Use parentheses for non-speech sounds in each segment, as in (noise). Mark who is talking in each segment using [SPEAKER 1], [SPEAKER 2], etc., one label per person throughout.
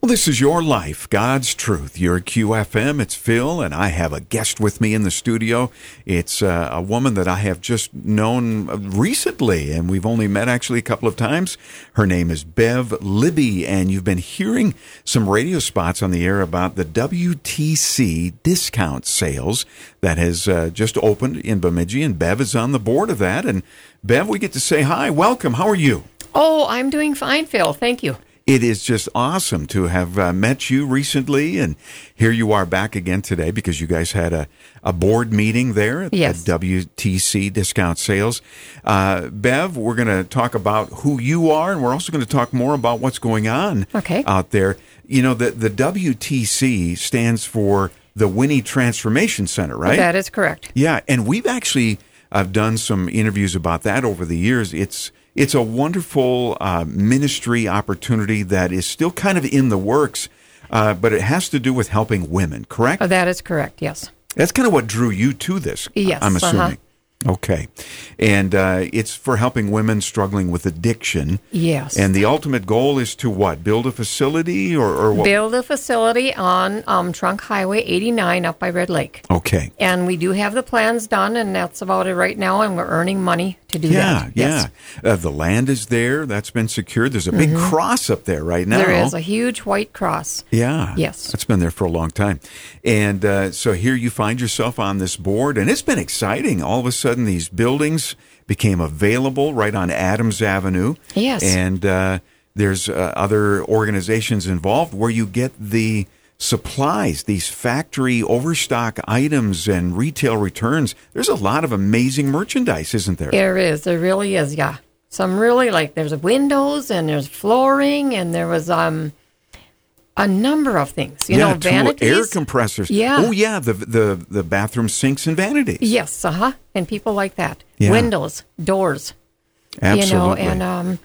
[SPEAKER 1] this is your life, God's truth. You're QFM. It's Phil, and I have a guest with me in the studio. It's uh, a woman that I have just known recently, and we've only met actually a couple of times. Her name is Bev Libby, and you've been hearing some radio spots on the air about the WTC discount sales that has uh, just opened in Bemidji, and Bev is on the board of that. And Bev, we get to say hi, welcome. How are you?
[SPEAKER 2] Oh, I'm doing fine, Phil. Thank you.
[SPEAKER 1] It is just awesome to have uh, met you recently, and here you are back again today because you guys had a, a board meeting there at,
[SPEAKER 2] Yes.
[SPEAKER 1] at WTC Discount Sales. Uh, Bev, we're going to talk about who you are, and we're also going to talk more about what's going on
[SPEAKER 2] Okay.
[SPEAKER 1] out there. You know, the, the WTC stands for the Winnie Transformation Center, right?
[SPEAKER 2] That is correct.
[SPEAKER 1] Yeah, and we've actually I've done some interviews about that over the years. It's it's a wonderful uh, ministry opportunity that is still kind of in the works, uh, but it has to do with helping women. Correct?
[SPEAKER 2] Oh, that is correct. Yes.
[SPEAKER 1] That's kind of what drew you to this. I-
[SPEAKER 2] Yes,
[SPEAKER 1] I'm
[SPEAKER 2] uh-huh.
[SPEAKER 1] assuming. Okay, and uh, it's for helping women struggling with addiction.
[SPEAKER 2] Yes.
[SPEAKER 1] And the ultimate goal is to what? Build a facility or, or what?
[SPEAKER 2] Build a facility on um, Trunk Highway 89 up by Red Lake.
[SPEAKER 1] okay.
[SPEAKER 2] And we do have the plans done, and that's about it right now, and we're earning money to do
[SPEAKER 1] Yeah,
[SPEAKER 2] that.
[SPEAKER 1] yeah. Uh, the land is there. That's been secured. There's a big cross up there right now.
[SPEAKER 2] Mm-hmm. There is a huge white cross.
[SPEAKER 1] Yeah.
[SPEAKER 2] Yes.
[SPEAKER 1] It's been there for a long time. And uh, so here you find yourself on this board, and it's been exciting. All of a sudden, these buildings became available right on Adams Avenue.
[SPEAKER 2] Yes.
[SPEAKER 1] And uh, there's uh, other organizations involved where you get the supplies, these factory overstock items and retail returns. There's a lot of amazing merchandise, isn't there?
[SPEAKER 2] There is. There really is. Yeah. Some really like there's windows and there's flooring and there was um a number of things. You
[SPEAKER 1] yeah,
[SPEAKER 2] know,
[SPEAKER 1] two
[SPEAKER 2] vanities.
[SPEAKER 1] air compressors.
[SPEAKER 2] Yeah.
[SPEAKER 1] Oh, yeah, the, the, the bathroom sinks and vanities.
[SPEAKER 2] Yes, uh huh. And people like that.
[SPEAKER 1] Yeah.
[SPEAKER 2] Windows, doors,
[SPEAKER 1] Absolutely.
[SPEAKER 2] you know, and um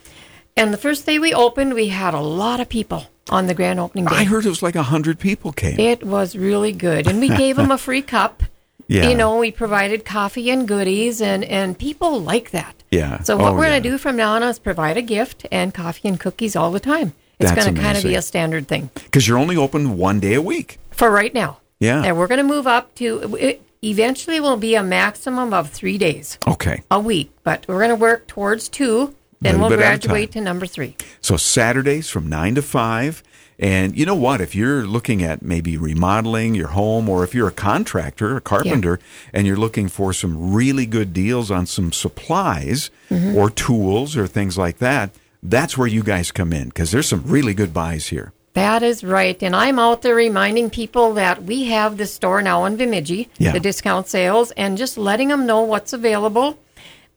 [SPEAKER 2] and the first day we opened we had a lot of people on the grand opening day.
[SPEAKER 1] I heard it was like a hundred people came.
[SPEAKER 2] it was really
[SPEAKER 1] (laughs)
[SPEAKER 2] good. And we gave them a free cup.
[SPEAKER 1] Yeah.
[SPEAKER 2] You know, we provided coffee and goodies and and people like that.
[SPEAKER 1] Yeah.
[SPEAKER 2] So what
[SPEAKER 1] Oh,
[SPEAKER 2] we're
[SPEAKER 1] yeah.
[SPEAKER 2] going to do from now on is provide a gift and coffee and cookies all the time. It's
[SPEAKER 1] That's
[SPEAKER 2] going to kind of be
[SPEAKER 1] amazing.
[SPEAKER 2] a standard thing
[SPEAKER 1] Because you're only open one day a week.
[SPEAKER 2] for right now.
[SPEAKER 1] Yeah.
[SPEAKER 2] And we're going to move up to it eventually will be a maximum of 3 days.
[SPEAKER 1] Okay.
[SPEAKER 2] a week, but we're going to work towards two. Then
[SPEAKER 1] Little
[SPEAKER 2] we'll
[SPEAKER 1] bit at a
[SPEAKER 2] graduate to number three.
[SPEAKER 1] So Saturdays from nine to five. And you know what? If you're looking at maybe remodeling your home, or if you're a contractor, a carpenter, and you're looking for some really good deals on some supplies or tools or things like that, that's where you guys come in because there's some really good buys here.
[SPEAKER 2] That is right. And I'm out there reminding people that we have the store now in Bemidji,
[SPEAKER 1] Yeah.
[SPEAKER 2] the discount sales, and just letting them know what's available.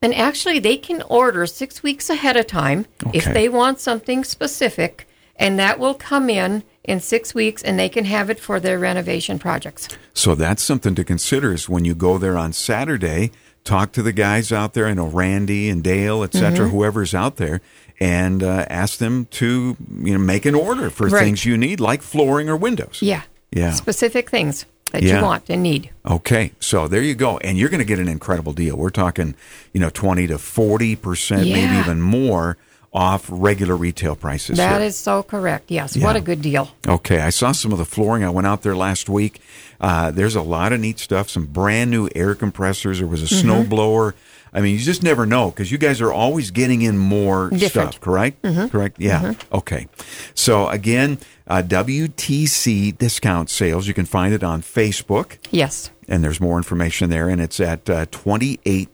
[SPEAKER 2] And actually, they can order six weeks ahead of time
[SPEAKER 1] Okay.
[SPEAKER 2] if they want something specific, and that will come in in six weeks and they can have it for their renovation projects.
[SPEAKER 1] So that's something to consider is when you go there on Saturday, talk to the guys out there. I know Randy and Dale, et cetera,
[SPEAKER 2] Mm-hmm.
[SPEAKER 1] whoever's out there, and uh, ask them to you know make an order for
[SPEAKER 2] Right.
[SPEAKER 1] things you need, like flooring or windows.
[SPEAKER 2] Yeah.
[SPEAKER 1] Yeah.
[SPEAKER 2] Specific things that
[SPEAKER 1] Yeah.
[SPEAKER 2] you want and need.
[SPEAKER 1] Okay, so there you go, and you're going to get an incredible deal. We're talking, you know, twenty to forty percent, maybe
[SPEAKER 2] Yeah.
[SPEAKER 1] even more, off regular retail prices.
[SPEAKER 2] That
[SPEAKER 1] here.
[SPEAKER 2] is so correct. Yes. What a good deal.
[SPEAKER 1] Okay, I saw some of the flooring. I went out there last week. Uh, there's a lot of neat stuff. Some brand new air compressors. There was a snow blower. I mean, you just never know because you guys are always getting in more
[SPEAKER 2] Different.
[SPEAKER 1] stuff, correct? Correct. Yeah. Okay. So again, uh, WTC discount sales. You can find it on Facebook,
[SPEAKER 2] Yes.
[SPEAKER 1] and there's more information there. And it's at uh,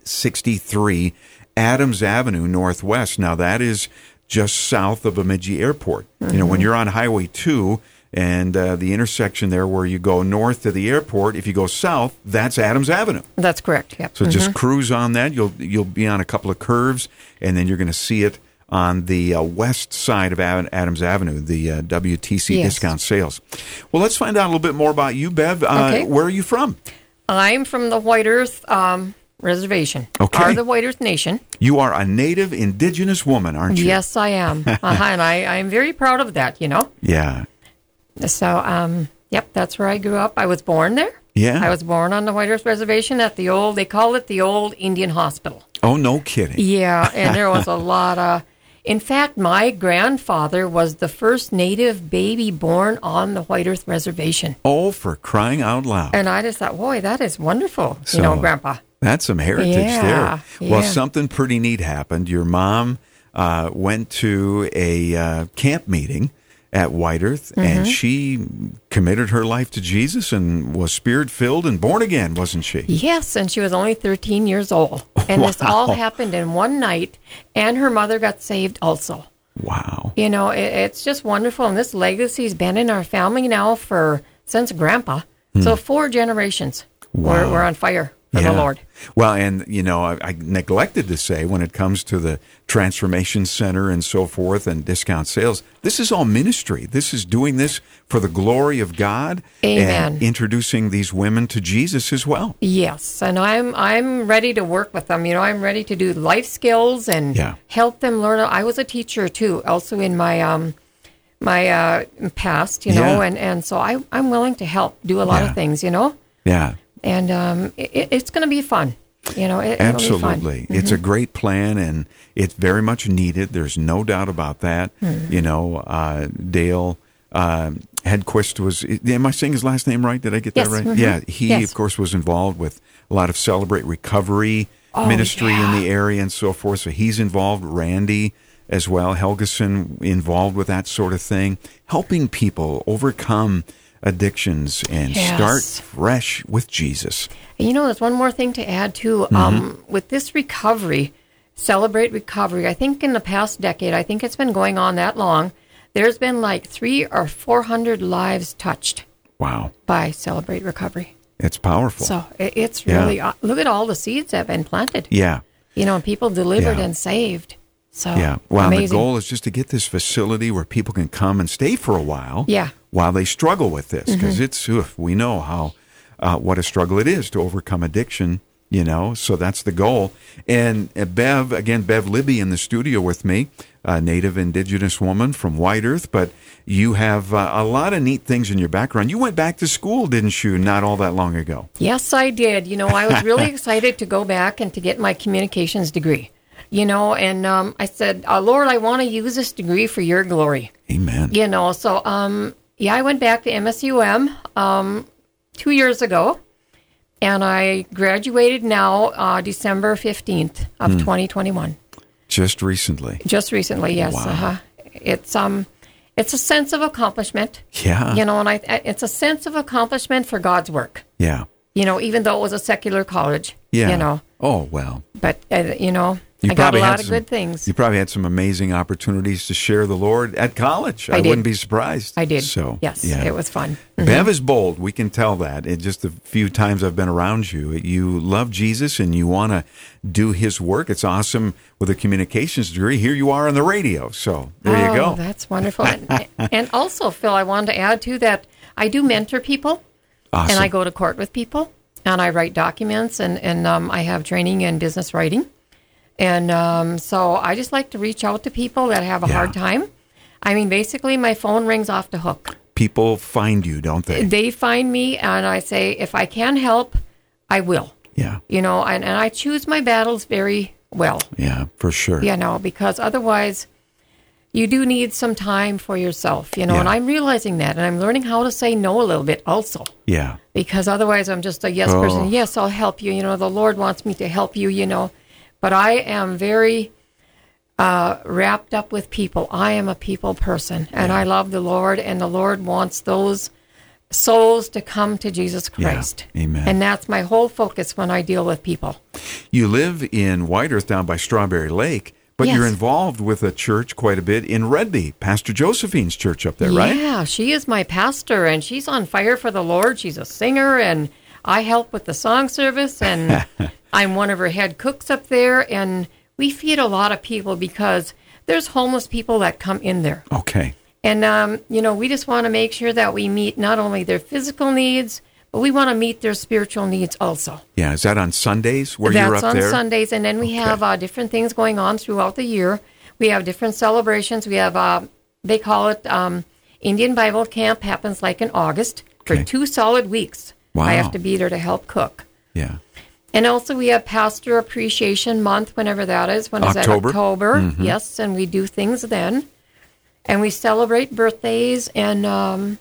[SPEAKER 1] 2863 Adams Avenue Northwest. Now that is just south of Bemidji Airport. You know, when
[SPEAKER 2] Mm-hmm.
[SPEAKER 1] you're on Highway 2 and uh, the intersection there where you go north to the airport, if you go south, that's Adams Avenue.
[SPEAKER 2] That's correct. Yep.
[SPEAKER 1] So just cruise on that. You'll you'll be on a couple of curves, and then you're going to see it on the uh, west side of Ad- Adams Avenue, the uh, WTC
[SPEAKER 2] Yes.
[SPEAKER 1] discount sales. Well, let's find out a little bit more about you, Bev. Uh,
[SPEAKER 2] Okay.
[SPEAKER 1] Where are you from?
[SPEAKER 2] I'm from the White Earth um, Reservation,
[SPEAKER 1] Okay.
[SPEAKER 2] or the White Earth Nation.
[SPEAKER 1] You are a native indigenous woman, aren't you?
[SPEAKER 2] Yes,
[SPEAKER 1] (laughs)
[SPEAKER 2] I am, uh-huh, and I, I'm very proud of that. You know,
[SPEAKER 1] Yeah.
[SPEAKER 2] so um, yep, that's where I grew up. I was born there.
[SPEAKER 1] Yeah.
[SPEAKER 2] I was born on the White Earth Reservation at the old. They call it the old Indian Hospital. (laughs)
[SPEAKER 1] Oh, no kidding. (laughs)
[SPEAKER 2] Yeah, and there was a lot of In fact, my grandfather was the first native baby born on the White Earth Reservation.
[SPEAKER 1] Oh, for crying out loud.
[SPEAKER 2] And I just thought, boy, that is wonderful, you know,
[SPEAKER 1] So,
[SPEAKER 2] Grandpa.
[SPEAKER 1] That's some heritage
[SPEAKER 2] Yeah,
[SPEAKER 1] there. Well,
[SPEAKER 2] yeah.
[SPEAKER 1] something pretty neat happened. Your mom uh, went to a uh, camp meeting at White Earth,
[SPEAKER 2] Mm-hmm.
[SPEAKER 1] and she committed her life to Jesus and was spirit filled and born again, wasn't she?
[SPEAKER 2] Yes, and she was only 13 years old.
[SPEAKER 1] (laughs)
[SPEAKER 2] And this all happened in one night, and her mother got saved also.
[SPEAKER 1] Wow.
[SPEAKER 2] You know, it, it's just wonderful. And this legacy's been in our family now for since Grandpa. So, four generations. We're, we're on fire for the
[SPEAKER 1] Hmm. Yeah.
[SPEAKER 2] Lord.
[SPEAKER 1] Well, and you know, I, I neglected to say when it comes to the transformation center and so forth and discount sales, this is all ministry. This is doing this for the glory of God
[SPEAKER 2] Amen.
[SPEAKER 1] and introducing these women to Jesus as well.
[SPEAKER 2] Yes, and I'm I'm ready to work with them. You know, I'm ready to do life skills and
[SPEAKER 1] Yeah.
[SPEAKER 2] help them learn. I was a teacher too, also in my um my uh past, you know,
[SPEAKER 1] Yeah.
[SPEAKER 2] and and so I I'm willing to help do a lot
[SPEAKER 1] Yeah.
[SPEAKER 2] of things, you know,
[SPEAKER 1] Yeah.
[SPEAKER 2] and um it, it's going to be fun, you know. It, it'll be fun.
[SPEAKER 1] Absolutely. It's
[SPEAKER 2] Mm-hmm.
[SPEAKER 1] a great plan and it's very much needed. There's no doubt about that.
[SPEAKER 2] Hmm.
[SPEAKER 1] You know, uh, Dale uh, Hedquist was, am I saying his last name right? Did I get
[SPEAKER 2] Yes,
[SPEAKER 1] that right?
[SPEAKER 2] mhm.
[SPEAKER 1] Yeah. He,
[SPEAKER 2] Yes.
[SPEAKER 1] of course, was involved with a lot of Celebrate Recovery
[SPEAKER 2] Oh,
[SPEAKER 1] ministry in the area and so forth. So he's involved. Randy as well. Helgeson involved with that sort of thing, helping people overcome addictions and
[SPEAKER 2] Yes.
[SPEAKER 1] start fresh with Jesus.
[SPEAKER 2] And You know, there's one more thing to add too. Um,
[SPEAKER 1] Mm-hmm.
[SPEAKER 2] with this recovery, celebrate recovery. I think in the past decade, I think it's been going on that long. There's been like three or four hundred lives touched
[SPEAKER 1] Wow.
[SPEAKER 2] by celebrate recovery.
[SPEAKER 1] It's powerful.
[SPEAKER 2] So it, it's
[SPEAKER 1] Yeah.
[SPEAKER 2] really uh, look at all the seeds that have been planted.
[SPEAKER 1] yeah.
[SPEAKER 2] You know, and people delivered
[SPEAKER 1] Yeah.
[SPEAKER 2] and saved. So
[SPEAKER 1] Yeah. Well, and the
[SPEAKER 2] Oh, amazing.
[SPEAKER 1] goal is just to get this facility where people can come and stay for a while.
[SPEAKER 2] Yeah. Mm-hmm.
[SPEAKER 1] While they struggle with this, because it's oof, we know how uh, what a struggle it is to overcome addiction. You know, so that's the goal. And uh, Bev, again, Bev Libby in the studio with me, a native indigenous woman from White Earth, but you have uh, a lot of neat things in your background. You went back to school, didn't you, not all that long ago?
[SPEAKER 2] Yes, I did. You know, I was
[SPEAKER 1] (laughs)
[SPEAKER 2] really excited to go back and to get my communications degree. You know, and um, I said, uh, Lord, I want to use this degree for your glory.
[SPEAKER 1] Amen.
[SPEAKER 2] you know so um yeah i went back to msum um two years ago and i graduated now uh, december 15th of
[SPEAKER 1] Hmm.
[SPEAKER 2] 2021
[SPEAKER 1] Just recently.
[SPEAKER 2] just recently yes
[SPEAKER 1] Wow.
[SPEAKER 2] uh-huh. it's um it's a sense of accomplishment
[SPEAKER 1] Yeah.
[SPEAKER 2] you know and i it's a sense of accomplishment for god's work
[SPEAKER 1] yeah.
[SPEAKER 2] you know even though it was a secular college
[SPEAKER 1] Yeah.
[SPEAKER 2] you know
[SPEAKER 1] Oh, well.
[SPEAKER 2] but uh, you know i got a
[SPEAKER 1] probably had
[SPEAKER 2] lot of
[SPEAKER 1] some-
[SPEAKER 2] good things
[SPEAKER 1] You probably had some amazing opportunities to share the Lord at college. I,
[SPEAKER 2] did.
[SPEAKER 1] wouldn't be surprised.
[SPEAKER 2] i did
[SPEAKER 1] So
[SPEAKER 2] yes
[SPEAKER 1] yeah.
[SPEAKER 2] it was mm-hmm. fun
[SPEAKER 1] Bev is bold. We can tell that. It just the few times I've been around you, you love Jesus and you want to do His work. It's awesome with a communications degree. Here you are on the radio. So there
[SPEAKER 2] oh,
[SPEAKER 1] you go.
[SPEAKER 2] That's wonderful. and, and also, Phil, I wanted to add too that I do mentor people,
[SPEAKER 1] awesome.
[SPEAKER 2] and I go to court with people, and I write documents, and and um, I have training in business writing, and um, so I just like to reach out to people that have a
[SPEAKER 1] Yeah.
[SPEAKER 2] hard time. I mean, basically, my phone rings off the hook.
[SPEAKER 1] People find you, don't they?
[SPEAKER 2] They find me, and I say, if I can help, I will.
[SPEAKER 1] Yeah.
[SPEAKER 2] You know, and, and I choose my battles very well
[SPEAKER 1] Yeah, for sure.
[SPEAKER 2] you know, because otherwise you do need some time for yourself, you know, and
[SPEAKER 1] Yeah.
[SPEAKER 2] I'm realizing that and I'm learning how to say no a little bit also
[SPEAKER 1] Yeah.
[SPEAKER 2] because otherwise I'm just a yes
[SPEAKER 1] Oh.
[SPEAKER 2] person. Yes, I'll help you. You know, the Lord wants me to help you, you know, but I am very uh, wrapped up with people. I am a people person and I love the Lord and the Lord wants those souls to come to Jesus Christ.
[SPEAKER 1] Amen.
[SPEAKER 2] And that's my whole focus when I deal with people.
[SPEAKER 1] You live in White Earth down by Strawberry Lake, but
[SPEAKER 2] Yes.
[SPEAKER 1] you're involved with a church quite a bit in Redby, Pastor Josephine's church up there, right?
[SPEAKER 2] Yeah, she is my pastor, and she's on fire for the Lord. She's a singer, and I help with the song service, and I'm one of her head cooks up there. And we feed a lot of people because there's homeless people that come in there,
[SPEAKER 1] Okay.
[SPEAKER 2] and um, you know we just want to make sure that we meet not only their physical needs, but we want to meet their spiritual needs also.
[SPEAKER 1] Yeah, is that on Sundays where you're
[SPEAKER 2] That's
[SPEAKER 1] up
[SPEAKER 2] on
[SPEAKER 1] there?
[SPEAKER 2] Sundays, and then we have uh, different things going on throughout the year. We have different celebrations. We have uh, they call it um, Indian Bible Camp happens like in August
[SPEAKER 1] Okay.
[SPEAKER 2] for two solid weeks.
[SPEAKER 1] Wow.
[SPEAKER 2] I have to be there to help cook,
[SPEAKER 1] Yeah.
[SPEAKER 2] And also, we have Pastor Appreciation Month, whenever that is. When is
[SPEAKER 1] October. Mm-hmm.
[SPEAKER 2] that? October. Yes, and we do things then. And we celebrate birthdays, and um,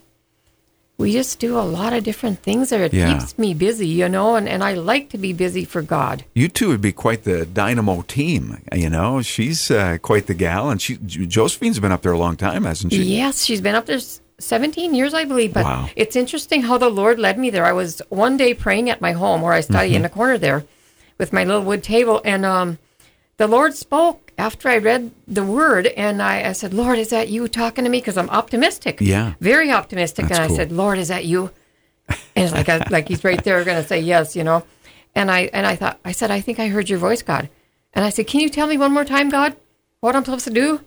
[SPEAKER 2] we just do a lot of different things there. It
[SPEAKER 1] Yeah.
[SPEAKER 2] keeps me busy, you know, and, and I like to be busy for God.
[SPEAKER 1] You two would be quite the dynamo team. You know, she's uh, quite the gal, and she Josephine's been up there a long time, hasn't she?
[SPEAKER 2] Yes, she's been up there s- 17 years, I believe. But
[SPEAKER 1] Wow.
[SPEAKER 2] it's interesting how the Lord led me there. I was one day praying at my home where I study
[SPEAKER 1] Mm-hmm.
[SPEAKER 2] in the corner there with my little wood table. And um, the Lord spoke after I read the word. And I, I said, Lord, is that you talking to me? Because I'm optimistic.
[SPEAKER 1] Yeah.
[SPEAKER 2] Very optimistic.
[SPEAKER 1] That's
[SPEAKER 2] and I
[SPEAKER 1] cool.
[SPEAKER 2] said, Lord, is that you? And it's like, I, like he's right there going to say yes, you know. And I, and I thought, I said, I think I heard your voice, God. And I said, can you tell me one more time, God, what I'm supposed to do?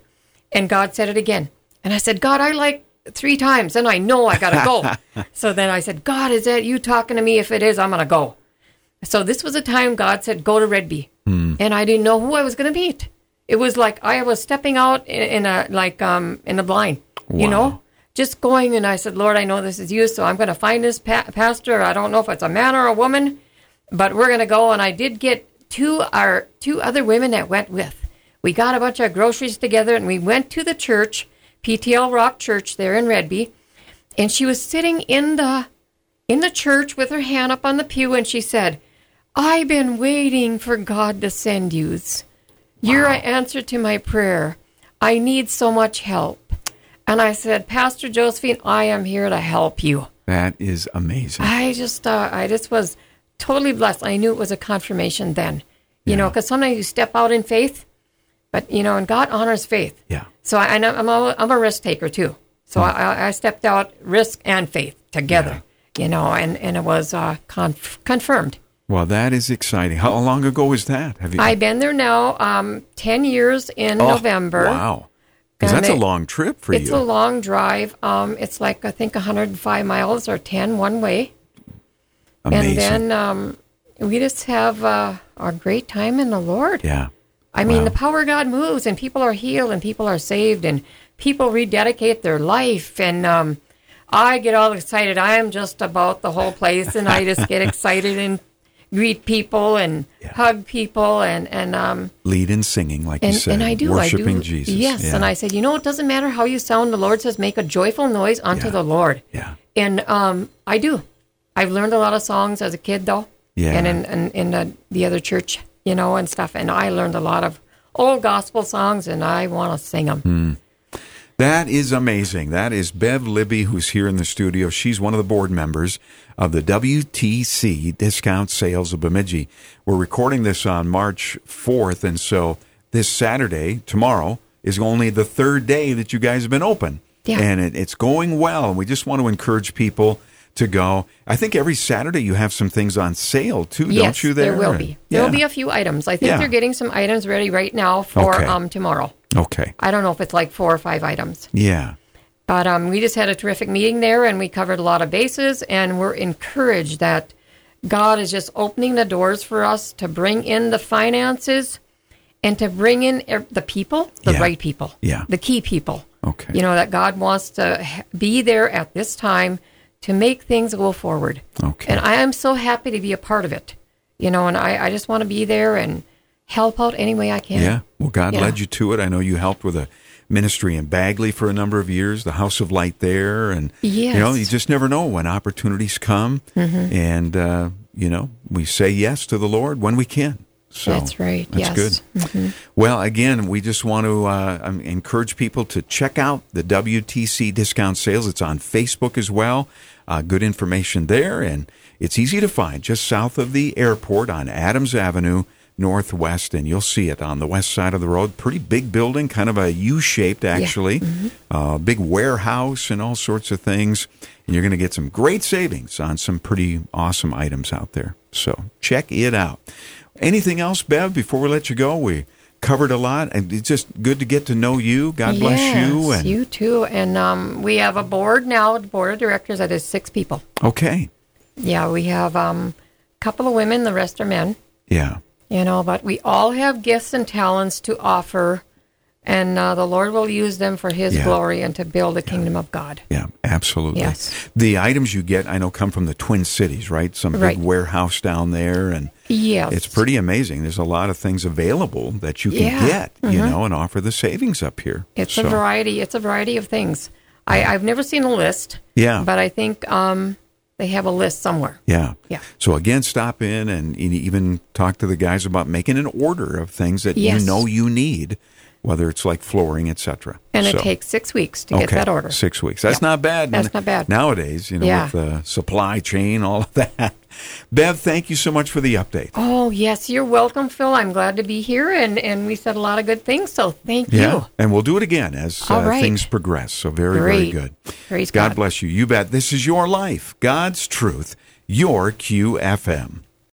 [SPEAKER 2] And God said it again. And I said, God, I like three times and I know I got to go.
[SPEAKER 1] (laughs)
[SPEAKER 2] so then I said, God, is that you talking to me? If it is, I'm going to go. So this was a time God said, go to Red Bee. And I didn't know who I was going to meet. It was like I was stepping out in, in a, like, um, in the blind, you know, just going. And I said, Lord, I know this is you. So I'm going to find this pa- pastor. I don't know if it's a man or a woman, but we're going to go. And I did get two, our two other women that went with. We got a bunch of groceries together and we went to the church, PTL Rock Church there in Red Bee. And she was sitting in the in the church with her hand up on the pew and she said, I've been waiting for God to send yous. You're an answer to my prayer. I need so much help. And I said, Pastor Josephine, I am here to help you.
[SPEAKER 1] That is amazing.
[SPEAKER 2] I just, uh, I just was totally blessed. I knew it was a confirmation then, you know, because sometimes you step out in faith, but you know, and God honors faith.
[SPEAKER 1] Yeah.
[SPEAKER 2] So I, and I'm, a, I'm a risk taker too. So I, I stepped out risk and faith together, you know, and, and it was uh, conf- confirmed.
[SPEAKER 1] Well, that is exciting. How long ago was that? Have you?
[SPEAKER 2] I've been there now um, 10 years in
[SPEAKER 1] Oh,
[SPEAKER 2] November.
[SPEAKER 1] Wow. Because
[SPEAKER 2] And
[SPEAKER 1] that's a
[SPEAKER 2] they-
[SPEAKER 1] long trip for
[SPEAKER 2] It's
[SPEAKER 1] you.
[SPEAKER 2] a long drive. Um, it's like, I think, 105 miles or 10 one way.
[SPEAKER 1] amazing.
[SPEAKER 2] And then um, we just have uh, our great time in the Lord.
[SPEAKER 1] yeah.
[SPEAKER 2] I mean, the power of God moves, and people are healed, and people are saved, and people rededicate their life. And um, I get all excited. I am just about the whole place, and I
[SPEAKER 1] (laughs)
[SPEAKER 2] just get excited and greet people and hug people, and and um,
[SPEAKER 1] Lead in singing, like
[SPEAKER 2] and,
[SPEAKER 1] you said.
[SPEAKER 2] and I do,
[SPEAKER 1] Worshiping
[SPEAKER 2] I do.
[SPEAKER 1] Jesus.
[SPEAKER 2] Yes,
[SPEAKER 1] Yeah.
[SPEAKER 2] and I said, you know, it doesn't matter how you sound. The Lord says, make a joyful noise unto the Lord.
[SPEAKER 1] Yeah.
[SPEAKER 2] And um, I do. I've learned a lot of songs as a kid, though.
[SPEAKER 1] Yeah.
[SPEAKER 2] And in, in, in the, the other church, you know, and stuff. And I learned a lot of old gospel songs, and I want to sing them.
[SPEAKER 1] Hmm. That is amazing. That is Bev Libby, who's here in the studio. She's one of the board members of the WTC Discount Sales of Bemidji. We're recording this on March 4th, and so this Saturday, tomorrow, is only the third day that you guys have been open.
[SPEAKER 2] Yeah.
[SPEAKER 1] And it, it's going well, and we just want to encourage people to go. I think every Saturday you have some things on sale too,
[SPEAKER 2] yes,
[SPEAKER 1] don't you? There,
[SPEAKER 2] will be. There will be a few items. I think
[SPEAKER 1] Yeah.
[SPEAKER 2] they're getting some items ready right now for
[SPEAKER 1] Okay.
[SPEAKER 2] um, tomorrow.
[SPEAKER 1] okay.
[SPEAKER 2] I don't know if it's like four or five items.
[SPEAKER 1] Yeah.
[SPEAKER 2] But um, we just had a terrific meeting there and we covered a lot of bases and we're encouraged that God is just opening the doors for us to bring in the finances and to bring in ev- the people, the
[SPEAKER 1] Yeah.
[SPEAKER 2] right people,
[SPEAKER 1] Yeah.
[SPEAKER 2] the key people.
[SPEAKER 1] Okay.
[SPEAKER 2] You know, that God wants to h- be there at this time to make things go forward.
[SPEAKER 1] Okay.
[SPEAKER 2] And I am so happy to be a part of it, you know, and I, I just want to be there and help out any way I can.
[SPEAKER 1] Yeah. Well, God
[SPEAKER 2] Yeah.
[SPEAKER 1] led you to it. I know you helped with a ministry in Bagley for a number of years, the House of Light there, and you know,
[SPEAKER 2] Yes. Mm-hmm.
[SPEAKER 1] you just never know when opportunities come, and uh, you know, we say yes to the Lord when we can. So
[SPEAKER 2] That's right.
[SPEAKER 1] That's
[SPEAKER 2] Yes. Mm-hmm.
[SPEAKER 1] good. Well, again, we just want to uh, um, encourage people to check out the WTC discount sales. It's on Facebook as well. Uh, good information there, and it's easy to find just south of the airport on Adams Avenue Northwest, and you'll see it on the west side of the road. Pretty big building, kind of a U shaped, actually.
[SPEAKER 2] Mm-hmm.
[SPEAKER 1] Uh, big warehouse and all sorts of things. And you're going to get some great savings on some pretty awesome items out there. So check it out. Anything else, Bev, before we let you go? We covered a lot, and it's just good to get to know you. God bless you.
[SPEAKER 2] Yes,
[SPEAKER 1] And
[SPEAKER 2] you too. And um, we have a board now, the board of directors that is six people.
[SPEAKER 1] okay,
[SPEAKER 2] Yeah, we have um, a couple of women, the rest are men.
[SPEAKER 1] yeah,
[SPEAKER 2] You know, but we all have gifts and talents to offer, and uh, the Lord will use them for His
[SPEAKER 1] Yeah.
[SPEAKER 2] glory and to build the kingdom of God.
[SPEAKER 1] yeah, absolutely.
[SPEAKER 2] Yes.
[SPEAKER 1] The items you get, I know, come from the Twin Cities, right? Some
[SPEAKER 2] Right.
[SPEAKER 1] big warehouse down there, and
[SPEAKER 2] Yes.
[SPEAKER 1] It's pretty amazing. There's a lot of things available that you can
[SPEAKER 2] Yeah. Mm-hmm.
[SPEAKER 1] get, you know, and offer the savings up here.
[SPEAKER 2] It's
[SPEAKER 1] So,
[SPEAKER 2] a variety. It's a variety of things. I, I've never seen a list.
[SPEAKER 1] Yeah.
[SPEAKER 2] But I think um, they have a list somewhere.
[SPEAKER 1] Yeah.
[SPEAKER 2] Yeah.
[SPEAKER 1] So again, stop in and e- even talk to the guys about making an order of things that
[SPEAKER 2] Yes.
[SPEAKER 1] you know you need, whether it's like flooring, etc.
[SPEAKER 2] And
[SPEAKER 1] So-
[SPEAKER 2] it takes six weeks to
[SPEAKER 1] okay,
[SPEAKER 2] get that order.
[SPEAKER 1] Six weeks. That's not bad.
[SPEAKER 2] That's not bad.
[SPEAKER 1] Nowadays, you know,
[SPEAKER 2] Yeah.
[SPEAKER 1] with the supply chain, all of that. Bev, thank you so much for the update.
[SPEAKER 2] Oh, yes. You're welcome, Phil. I'm glad to be here. And, and we said a lot of good things. So thank you.
[SPEAKER 1] And we'll do it again as uh,
[SPEAKER 2] All right.
[SPEAKER 1] things progress. So very, very
[SPEAKER 2] Great.
[SPEAKER 1] good.
[SPEAKER 2] Praise
[SPEAKER 1] God
[SPEAKER 2] God.
[SPEAKER 1] bless you. You bet. This is your life, God's truth, your QFM.